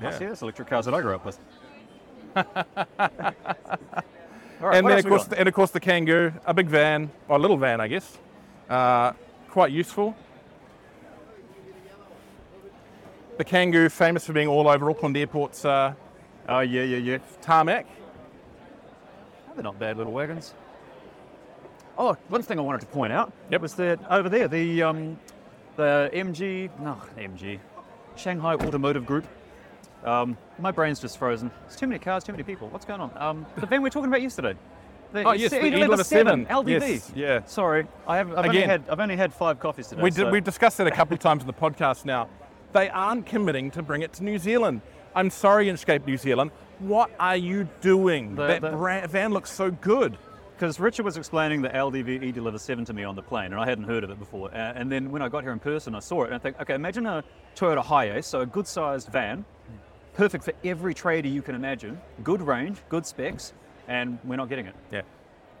I see that's electric cars that I grew up with. All right, And then, what else of we course, got? and of course, the Kangoo, a big van, or a little van, I guess. Uh, quite useful. The Kangoo, famous for being all over Auckland Airport's uh, oh yeah, yeah, yeah. tarmac. They're not bad little wagons. Oh, one thing I wanted to point out Yep. was that over there, the um, the MG, no MG, Shanghai Automotive Group. Um, my brain's just frozen. It's too many cars, too many people. What's going on? Um, the van we were talking about yesterday. The Oh, yes, the E11 7. LDV. Yes, yeah. Sorry, I have. I've only Again. had. I've only had five coffees today. We so- did, we've discussed that a couple of times in the podcast now. They aren't committing to bring it to New Zealand. I'm sorry, Inscape New Zealand. What are you doing? The- that the- bra- van looks so good. Because Richard was explaining the LDV E Deliver 7 to me on the plane, and I hadn't heard of it before. Uh, and then when I got here in person, I saw it, and I think, okay, imagine a Toyota Hiace, so a good sized van, perfect for every trader you can imagine, good range, good specs, and we're not getting it. Yeah.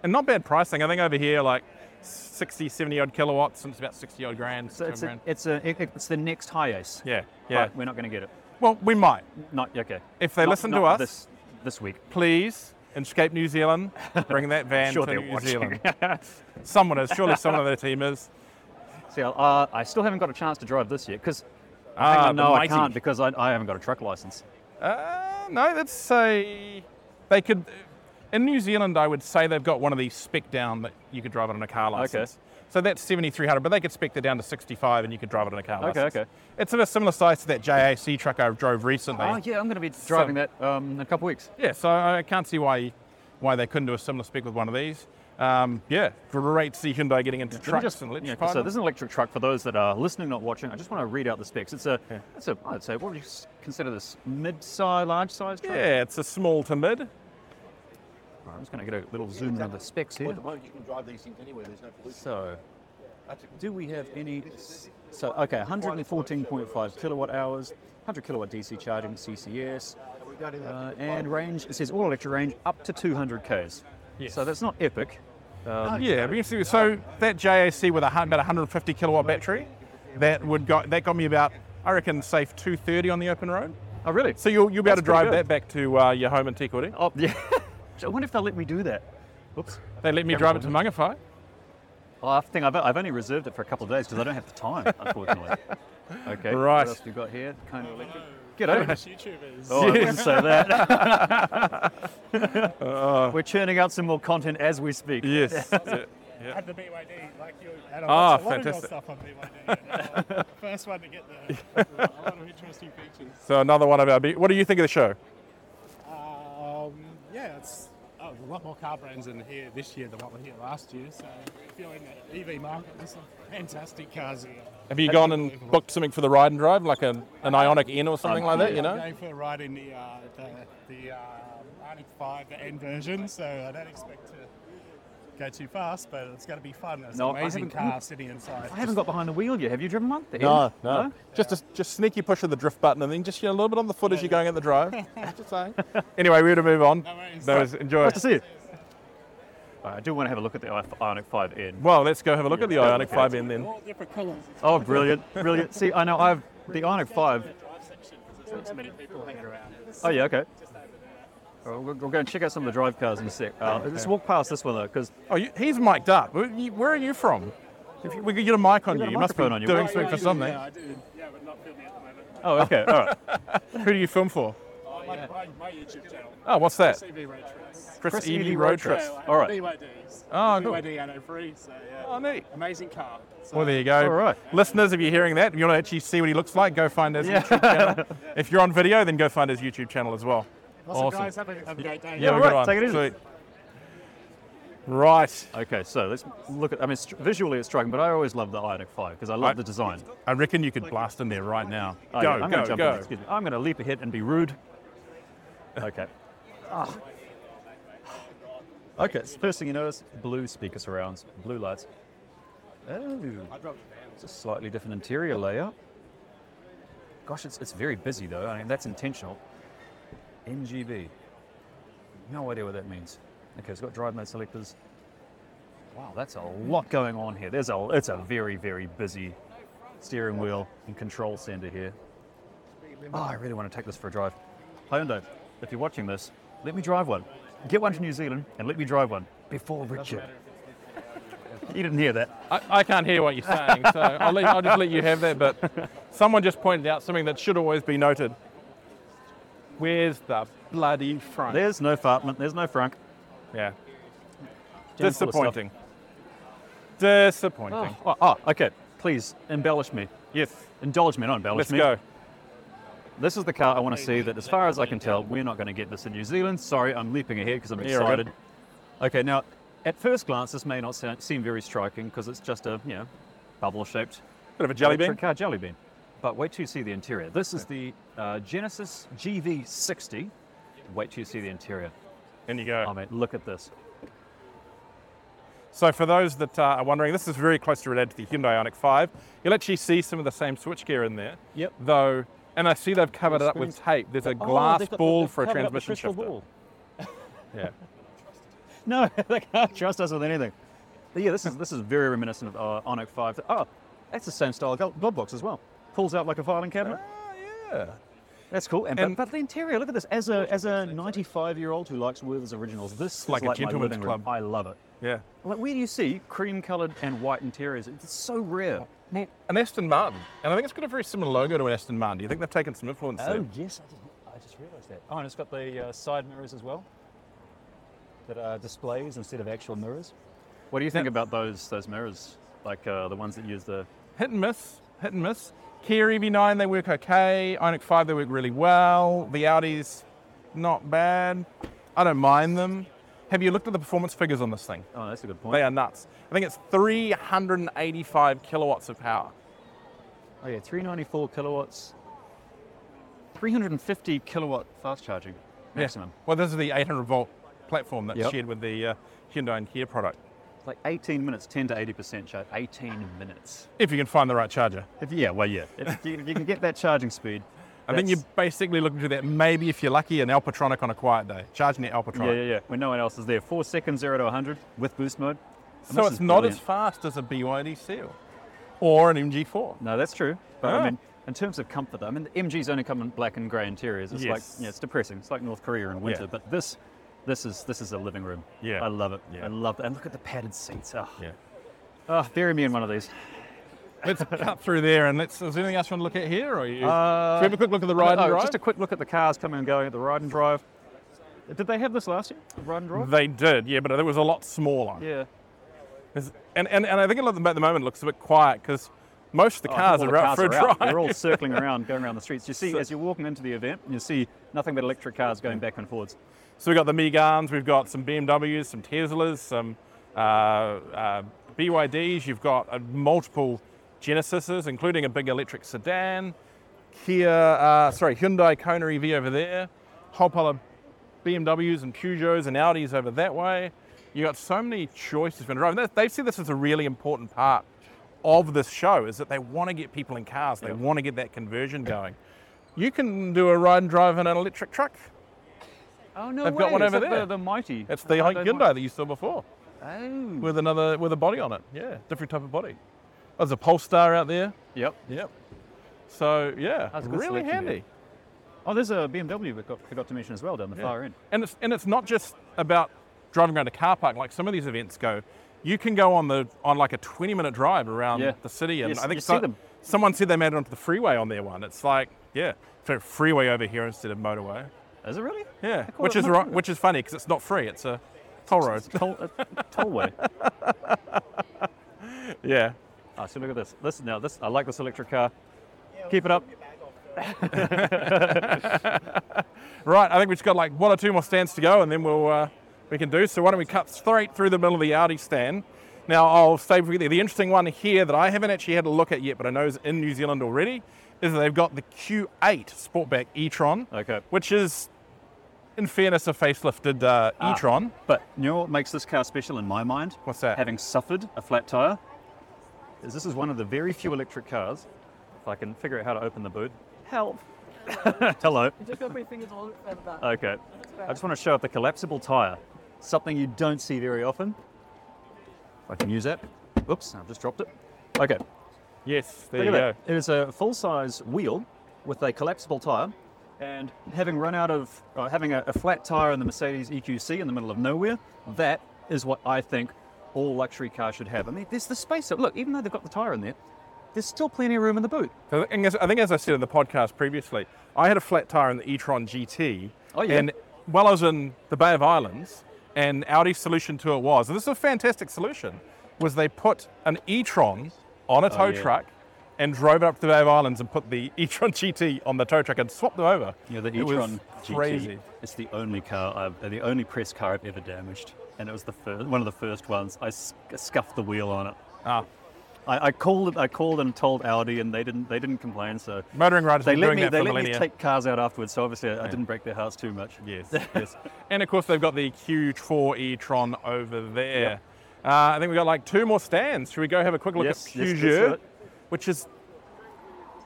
And not bad pricing. I think over here, like 60, 70 odd kilowatts, and it's about 60 odd grand. So it's, 60 a, grand. it's, a, it- it's the next Hiace. yeah, But yeah. we're not going to get it. Well, we might. Not okay. If they Not- listen to not us. this, this week. Please, Inscape New Zealand, bring that van Sure, to they're New watching. Zealand. Someone is. Surely someone on their team is. See, uh, I still haven't got a chance to drive this yet because Ah, the no, I mighty. can't because I, I haven't got a truck license. Uh, no, let's say they could. In New Zealand, I would say they've got one of these spec down that you could drive it on a car license. So that's 7,300, but they could spec that down to 65 and you could drive it on a car Okay, license. okay. It's of a similar size to that JAC truck I drove recently. Oh, yeah, I'm going to be driving that um, in a couple weeks. Yeah, so I I can't see why why they couldn't do a similar spec with one of these. Um, yeah, great to see Hyundai getting into Let me trucks just- and yeah, electric so this is an electric truck for those that are listening, not watching. I just want to read out the specs. It's a, it's a I'd say, what would you s- consider this? Mid-size, large-size truck? yeah, it's a small to mid. Alright, I'm just going to get a little zoom in on the specs here. At the moment, you can drive these things anywhere. There's no pollution. So, That's a good- do we have any, s- so, okay, 114.5 kilowatt hours, 100 kilowatt DC charging, CCS, uh, and range, it says all electric range up to 200 Ks. So that's not epic. Yeah, but you see- so that JAC with a, hun- about 150 kilowatt battery, that would got that got me about I reckon safe 230 on the open road. Oh, really? So you'll, you'll be able to That's pretty drive good. that back to uh, your home in Tikori. Oh, yeah. So I wonder if they'll let me do that. Oops. They let me drive it to Mangawhai. Oh, I think I've, I've only reserved it for a couple of days because I don't have the time, unfortunately. okay. Right. What else you got here? Kind of electric. Get over. it. YouTubers. Oh, I didn't say that. We're churning out some more content as we speak. Yes. Uh. Yeah. Oh. I had the BYD, like you had a Ah, lot, a lot of your fantastic. stuff on BYD. and you're First one to get the a lot of interesting features. So another one of our. Be- what do you think of the show? Um, yeah, it's oh, a lot more car brands in here this year than what were here last year. So if you're in the EV market, there's some fantastic cars here. Have you gone and Unbelievable. booked something for the ride and drive, like an, an Ionic N or something like that? You I'm know. going for a ride in the uh, the, the uh, Ioniq 5, the N version, so I don't expect to go too fast, but it's going to be fun. There's No, an I amazing haven't- car sitting inside. I haven't got behind the wheel yet. Have you driven one? The Eden? Just a, just sneaky push of the drift button, and then just you know, a little bit on the foot as you're going at the drive. just saying. Anyway, we're to move on. No worries. No worries. Enjoy. Nice to see you. I do want to have a look at the I- Ionic 5N. Well, let's go have a look at the Ionic 5N They're then. all different colours. Oh, brilliant, brilliant. See, I know I've the Ionic 5. drive section because there's not so many people hanging around. Oh yeah, okay. All right, We'll, we'll go and check out some of the drive cars in a sec. Uh, Let's walk past this one though, because Oh, you, he's mic'd up. Where, you, where are you from? If you, we get a mic on You you, got a you must be microphone on you. doing Why something for something. Yeah, I do. Yeah, but not filming at the moment. oh okay, all right. Who do you film for? Oh, my, my, my YouTube channel, Oh, what's that? CV Road Trips. Chris, Chris Ely Ely Road Road Trips. Yeah, I have All right. BYDs. Oh, cool. BYD 803, so yeah. Oh, neat. Amazing car. So, Well, there you go. All right. Listeners, if you're hearing that, if you want to actually see what he looks like, go find his YouTube channel. If you're on video, then go find his YouTube channel as well. Awesome, awesome. guys. Have a, have a great day. Yeah, Yeah, good right, one. take it easy. Sweet. Right. Okay, so let's look at. I mean, str- visually it's striking, but I always love the Ionic 5 because I love Right. the design. I reckon you could blast in there right now. Oh, yeah, go, I'm go, gonna jump go. In, excuse me. I'm going to leap ahead and be rude. Okay. Ah. Okay, so first thing you notice, blue speaker surrounds, blue lights. Oh, it's a slightly different interior layout. Gosh, it's, it's very busy though. I mean, that's intentional. NGB. No idea what that means. Okay, it's got drive mode selectors. Wow, that's a lot going on here. There's a, it's a very, very busy steering wheel and control center here. Oh, I really want to take this for a drive. Hyundai, if you're watching this, let me drive one. Get one to New Zealand and let me drive one before Richard. you didn't hear that. I, I can't hear what you're saying, so I'll, let, I'll just let you have that. But someone just pointed out something that should always be noted. Where's the bloody front? There's no Fartman, there's no Frank. yeah. Jam full of stuff. Disappointing. Disappointing. Oh, oh, oh, okay. Please embellish me. Yes. Indulge me, not embellish Let's me. go. This is the car I want to see that, as far as I can tell, we're not going to get this in New Zealand. Sorry, I'm leaping ahead because I'm Yeah, all right. excited. Okay, now, at first glance, this may not sound, seem very striking because it's just a, you know, bubble-shaped Bit of a jelly bean. electric car jelly bean. But wait till you see the interior. This is the uh, Genesis GV60. Wait till you see the interior. And you go. Oh, mate, look at this. So for those that uh, are wondering, this is very closely related to the Hyundai Ionic 5. You'll actually see some of the same switchgear in there. Yep. Though, and I see they've covered it up with tape. There's a glass ball for a transmission shifter. Yeah. No, they can't trust us with anything. But yeah, this is this is very reminiscent of uh, Onyx 5. Oh, that's the same style glo- glove box as well. Pulls out like a filing cabinet. yeah. That's cool. And, but- And- but, the interior, look at this. As a as a 95 year old who likes Werther's originals, this is like like a my gentleman's living room. club. I love it. Yeah. Like where do you see cream coloured and white interiors? It's so rare. An Aston Martin. And I think it's got a very similar logo to an Aston Martin. Do you think they've taken some influence there? Oh, yes, I just, I just realised that. Oh, and it's got the uh, side mirrors as well, that are displays instead of actual mirrors. What do you think about those those mirrors, like uh, the ones that use the? Hit and miss. Hit and miss. Kia EV9, they work okay. Ionic 5, they work really well. The Audi's not bad. I don't mind them. Have you looked at the performance figures on this thing? Oh, that's a good point. They are nuts. I think it's 385 kilowatts of power. Oh yeah, 394 kilowatts, 350 kilowatt fast charging maximum. Well, this is the 800 volt platform that's Yep. shared with the uh, Hyundai and Kia product. It's like 18 minutes, 10 to 80 percent charge. 18 minutes. If you can find the right charger. If, yeah, well, yeah. If you, you can get that charging speed. I think that's- you're basically looking to that maybe if you're lucky, an Alpatronic on a quiet day. Charging your Alpatronic. Yeah, yeah, yeah. When no one else is there, four seconds, zero to 100 with boost mode. And So this it's is not as brilliant. fast as a BYD Seal or an MG4. No, that's true. But Yeah. I mean, in terms of comfort, though, I mean, the MGs only come in black and grey interiors. It's like Yes. yeah, it's depressing. It's like North Korea in winter. Yeah. But this, this is this is a living room. Yeah. I love it. Yeah. I love it. And look at the padded seats. Oh, Yeah. oh bury me in one of these. Let's cut through there and let's. Is there anything else you want to look at here? Or are you, Uh, should we have a quick look at the ride oh, and drive? Just a quick look at the cars coming and going at the ride and drive. Did they have this last year? The ride and drive. They did, yeah, but it was a lot smaller. yeah. Is- And, and, and I think a lot of them at the moment looks a bit quiet because most of the Oh, I think cars all are the out for a drive. They're all circling around, going around the streets. You see, So- Mm. as you're walking into the event, you see nothing but electric cars going back and forwards. So we've got the Megans, we've got some BMWs, some Teslas, some uh, uh, BYDs, you've got uh, multiple Genesises, including a big electric sedan, Kia, uh, sorry, Hyundai Kona EV over there, whole pile of BMWs and Peugeots and Audis over that way. You've got so many choices when driving. They- They see this as a really important part of this show is that they want to get people in cars. They want to get that conversion going. You can do a ride and drive in an electric truck. Oh no They've got way, one is over that there. The, the mighty. It's the Oh, I like don't Hyundai mind- that you saw before Oh. with another with a body on it. Yeah, different type of body. Oh, there's a Polestar out there. Yep. Yep. So yeah, That's a good really selection there. handy. Oh, there's a BMW we got, forgot to mention as well down the Yeah. far end. And it's and it's not just about driving around a car park like some of these events go. You can go on the on like a 20 minute drive around Yeah. the city, and Yes, I think you see so- them. someone said they made it onto the freeway on their one. It's like yeah, so freeway over here instead of motorway. Is it really? Yeah, They call which it is motorway. right, which is funny because it's not free. It's a toll road. It's a toll, a tollway. yeah, Ah, so look at this. This now, this I like this electric car. Keep it up. Right, I think we've just got like one or two more stands to go, and then we'll uh, we can do. So why don't we cut straight through the middle of the Audi stand? Now I'll save you there. The interesting one here that I haven't actually had a look at yet, but I know is in New Zealand already, is that they've got the Q8 Sportback e-tron, Okay. which is, in fairness, a facelifted uh, e-tron. Ah, But you know what makes this car special in my mind? What's that? Having suffered a flat tire, is this is one of the very few electric cars. If I can figure out how to open the boot. Help. Hello. Just got my fingers all over that. Okay. I just want to show off the collapsible tire, something you don't see very often. If I can use that. Oops, I've just dropped it. Okay. Yes, there you Look go. at that. It is a full-size wheel with a collapsible tire, and having run out of uh, having a, a flat tire in the Mercedes EQC in the middle of nowhere, that is what I think all luxury cars should have. I mean, there's the space. That, look, even though they've got the tire in there, there's still plenty of room in the boot. So I think as- I think, as I said in the podcast previously, I had a flat tire in the e-tron GT. Oh, yeah. And while I was in the Bay of Islands, and Audi's solution to it was, and this is a fantastic solution, was they put an e-tron on a tow Oh, yeah. truck and drove it up to the Bay of Islands and put the e-tron GT on the tow truck and swapped them over. Yeah, the It was e-tron GT. crazy. It's the only car, I've, uh, the only press car I've ever damaged, and it was the first, one of the first ones. I sc- scuffed the wheel on it. Ah. I, I called it. I called and told Audi, and they didn't. They didn't complain. So Motoring riders they been let doing me. that they for let millennia. me take cars out afterwards. So obviously, I, I didn't break their hearts too much. Yes, yes. And of course, they've got the Q4 e-tron over there. Uh, I think we've got like two more stands. Should we go have a quick look Yes, at yes, let's Peugeot, do it. which is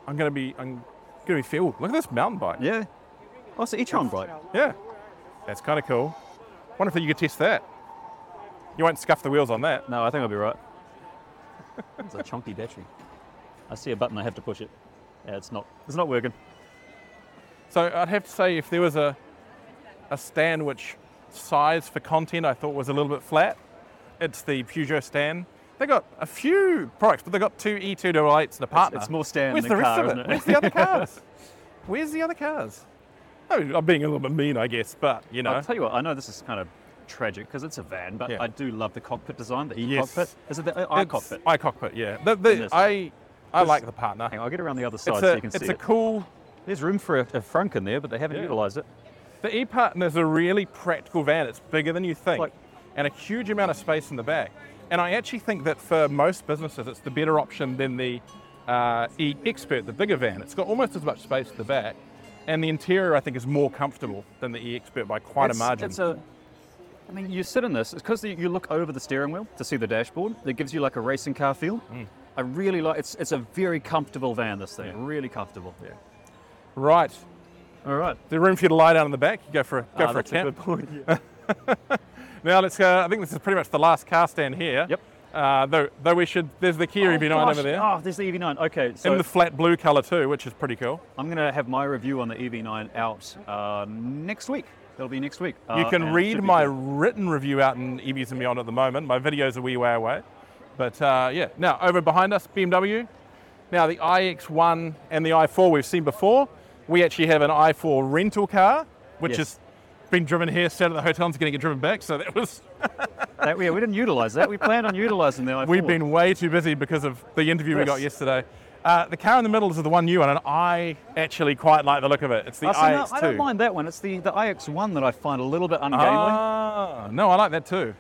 I'm gonna be I'm gonna be filled. Look at this mountain bike. Yeah. Oh, it's an e-tron bike. Yeah. that's kind of cool. Wonder if you could test that. You won't scuff the wheels on that. No, I think I'll be right. It's a chunky battery. I see a button. I have to push it. Yeah, it's not. It's not working. So I'd have to say, if there was a a stand which size for content I thought was a little bit flat, it's the Peugeot stand. They got a few products, but they got two E288s and a partner. it's more stand Where's than the car, rest of isn't it? Where's the other cars? Where's the other cars? Oh, I'm being a little bit mean, I guess, but you know. I'll tell you what. I know this is kind of tragic because it's a van, but Yeah. I do love the cockpit design. The Yes. e-cockpit. Is it the uh, i It's- cockpit? I cockpit, yeah. The, the- In this. I, I This- like the partner. Hang on, I'll get around the other side It's so a, you can it's see a it. cool There's room for a, a frunk in there, but they haven't Yeah. utilised it. The e-Partner is a really practical van. It's bigger than you think Like- and a huge amount of space in the back. And I actually think that for most businesses, it's the better option than the uh, e-Expert, the bigger van. It's got almost as much space at the back. And the interior, I think, is more comfortable than the e-Expert by quite It's- a margin. It's a, I mean, you sit in this because you look over the steering wheel to see the dashboard. It gives you like a racing car feel. Mm. I really like. It's it's a very comfortable van. This thing, really comfortable. Yeah. right. All right. The room for you to lie down in the back. You go for a, go Ah, for a that's a camp. good point. Now let's go. I think this is pretty much the last car stand here. Yep. Uh, though, though we should. There's the Kia Oh, EV9 gosh. E over there, Oh, there's the EV9. Okay, so in the flat blue color too, which is pretty cool. I'm going to have my review on the EV9 out uh, next week. That'll be next week. You Uh, can and it should read be my good. written review out in EVs and Beyond at the moment. My video's a wee way away. But uh, yeah, now over behind us, BMW. Now the iX1 and the i4 we've seen before. We actually have an i4 rental car, which Yes. has been driven here, sat at the hotel, and is going to get driven back. So that was That- yeah, we didn't utilise that. We planned on utilising that. I We've thought. been way too busy because of the interview we got Yes. yesterday. Uh, the car in the middle is the one new one, and I actually quite like the look of it. It's the Oh, see, no, iX2. I don't mind that one. It's the, the IX1 that I find a little bit ungainly. Ah, no, I like that too.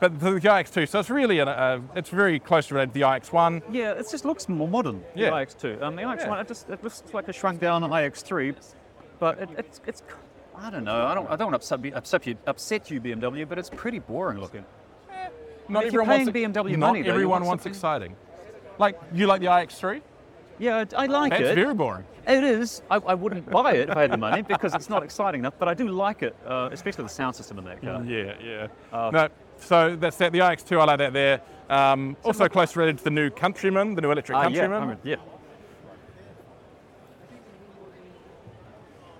But the, the iX2, so it's really an, uh, it's very close related to the iX1. yeah, it just looks more modern. Yeah. The IX2. Um, the IX1, Yeah. it just it looks like a shrunk down IX3, but it, it's it's I don't know. I don't I don't want to upset, upset you upset you BMW, but it's pretty boring looking. Not If you're paying BMW not money, though, you everyone want wants something- exciting. Like you like the iX3? Yeah, I I like That's it. very boring. It is. I, I wouldn't buy it if I had the money because it's not exciting enough. But I do like it, uh, especially the sound system in that car. Yeah, yeah. Ah. no, so that's that. The iX2, I like that there. Um, also close related to the new Countryman, the new electric Ah, yeah, Countryman. I mean, yeah.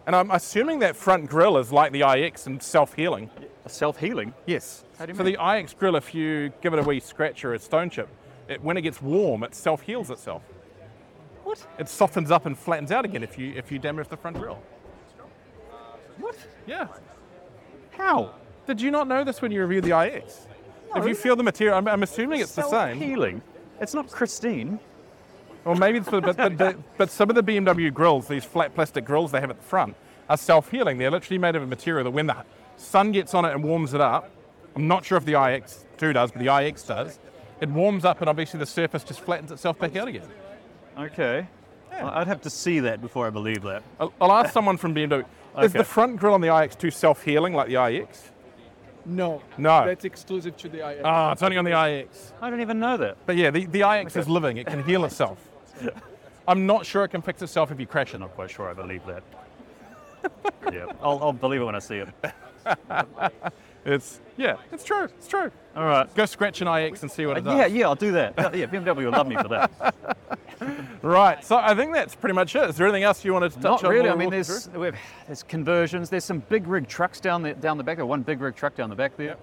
And I'm assuming that front grille is like the iX and self-healing. Self healing. Yes. How do you For mean? the iX grill, if you give it a wee scratch or a stone chip, it, when it gets warm, it self heals itself. What? It softens up and flattens out again if you if you damage the front grill. What? Yeah. How? Did you not know this when you reviewed the iX? if you feel the material, I'm, I'm assuming it's the same. Healing. It's not Christine. Or maybe, it's, but, but, but, but some of the BMW grills, these flat plastic grills they have at the front, are self healing. They're literally made of a material that when the sun gets on it and warms it up, I'm not sure if the iX2 does, but the iX does, it warms up and obviously the surface just flattens itself back out again. Okay. I'd have to see that before I believe that. I'll, I'll ask someone from BMW. Is Okay. the front grille on the iX2 self-healing like the iX? No. Ah. No. That's exclusive to the IX. Ah, it's only on the iX. I don't even know that. But yeah, the, the iX is living. It can heal itself. I'm not sure it can fix itself if you crash it. I'm not quite sure I believe that. yeah, I'll, I'll believe it when I see it. It's yeah, it's true. It's true. All right. Go scratch an iX and see what Uh, it does. yeah, yeah, I'll do that. Yeah, BMW will love me for that. Right. So I think that's pretty much it. Is there anything else you wanted to touch Not on? really. while I we mean, walk there's through? we've, there's conversions. There's some big rig trucks down the down the back. There, one big rig truck down the back there.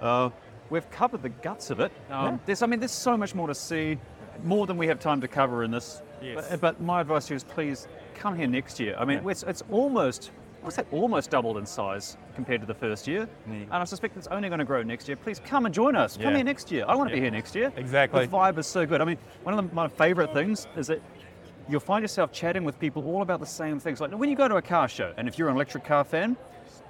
Uh, we've covered the guts of it. Um, There's, I mean, there's so much more to see, more than we have time to cover in this. Yes. But, but my advice to you is please come here next year. I mean, it's, it's almost. What's that? Almost doubled in size compared to the first year, and I suspect it's only going to grow next year. Please come and join us. Come Yeah. here next year. I want to be here next year. Exactly. The vibe is so good. I mean, one of the, my favorite things is that you'll find yourself chatting with people all about the same things. Like when you go to a car show, and if you're an electric car fan,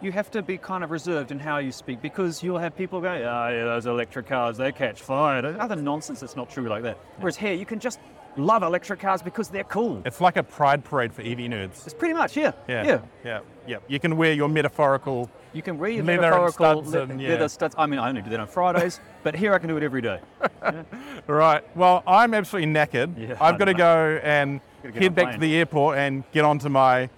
you have to be kind of reserved in how you speak because you'll have people going, oh, yeah, those electric cars, they catch fire. and Other nonsense that's not true like that. Whereas here, you can just love electric cars because they're cool. It's like a pride parade for EV nerds. It's pretty much, yeah. Yeah. Yeah. Yeah. You can wear your metaphorical. You can wear your Leather and metaphorical studs le- and, yeah. leather studs. I mean, I only do that on Fridays, but here I can do it every day. Right. Well, I'm absolutely knackered. Yeah, I I've got to know. go and Gotta get on head a back to plane. the airport and get onto my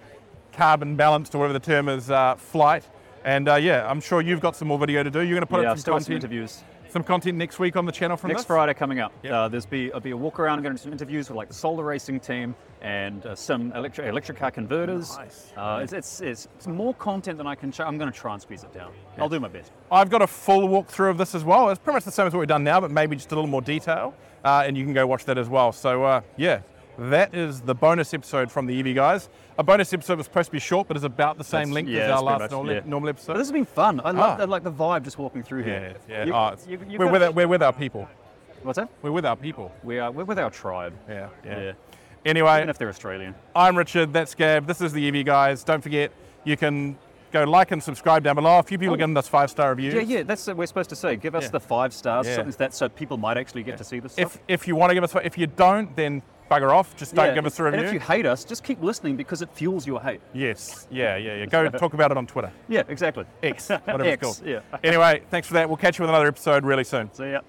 carbon balanced or whatever the term is uh, flight. And uh, yeah, I'm sure you've got some more video to do. You're going to put yeah, up I've some still got some content, interviews. some content next week on the channel from Next this? Friday coming up, Yep. uh, there's be there'll be a walk around, going to some interviews with like the solar racing team and uh, some electric electric car converters. Nice. Uh, it's, it's, it's it's more content than I can show. I'm going to try and squeeze it down. I'll do my best. I've got a full walkthrough of this as well. It's pretty much the same as what we've done now, but maybe just a little more detail. Uh, and you can go watch that as well. So, uh, yeah, that is the bonus episode from the EV guys. A bonus episode was supposed to be short, but it's about the same That's- length yeah, as that's our pretty last much- normal, yeah. normal But episode. this has been fun. I love Ah. the, like the vibe just walking through yeah, here. yeah. You- Oh, it's- you- you we're, gotta- with our, we're with our people. What's that? We're with our people. We are we're with our tribe. Yeah, yeah. Yeah. Anyway, Even if they're Australian. I'm Richard, that's Gav, this is the EV Guys. Don't forget, you can go like and subscribe down below. A few people are giving us five star reviews. Oh. Yeah, yeah. That's what we're supposed to say. Give us Yeah. the five stars, Yeah. something like that, so people might actually get to see this. If, stuff. if you want to give us, if you don't, then bugger off. Just don't Yeah, give us a and review. if you hate us, just keep listening because it fuels your hate. yes, yeah, yeah, yeah. Go talk about it on Twitter. Yeah, exactly. X, whatever X, it's called. yeah. Anyway, thanks for that. We'll catch you with another episode really soon. See ya.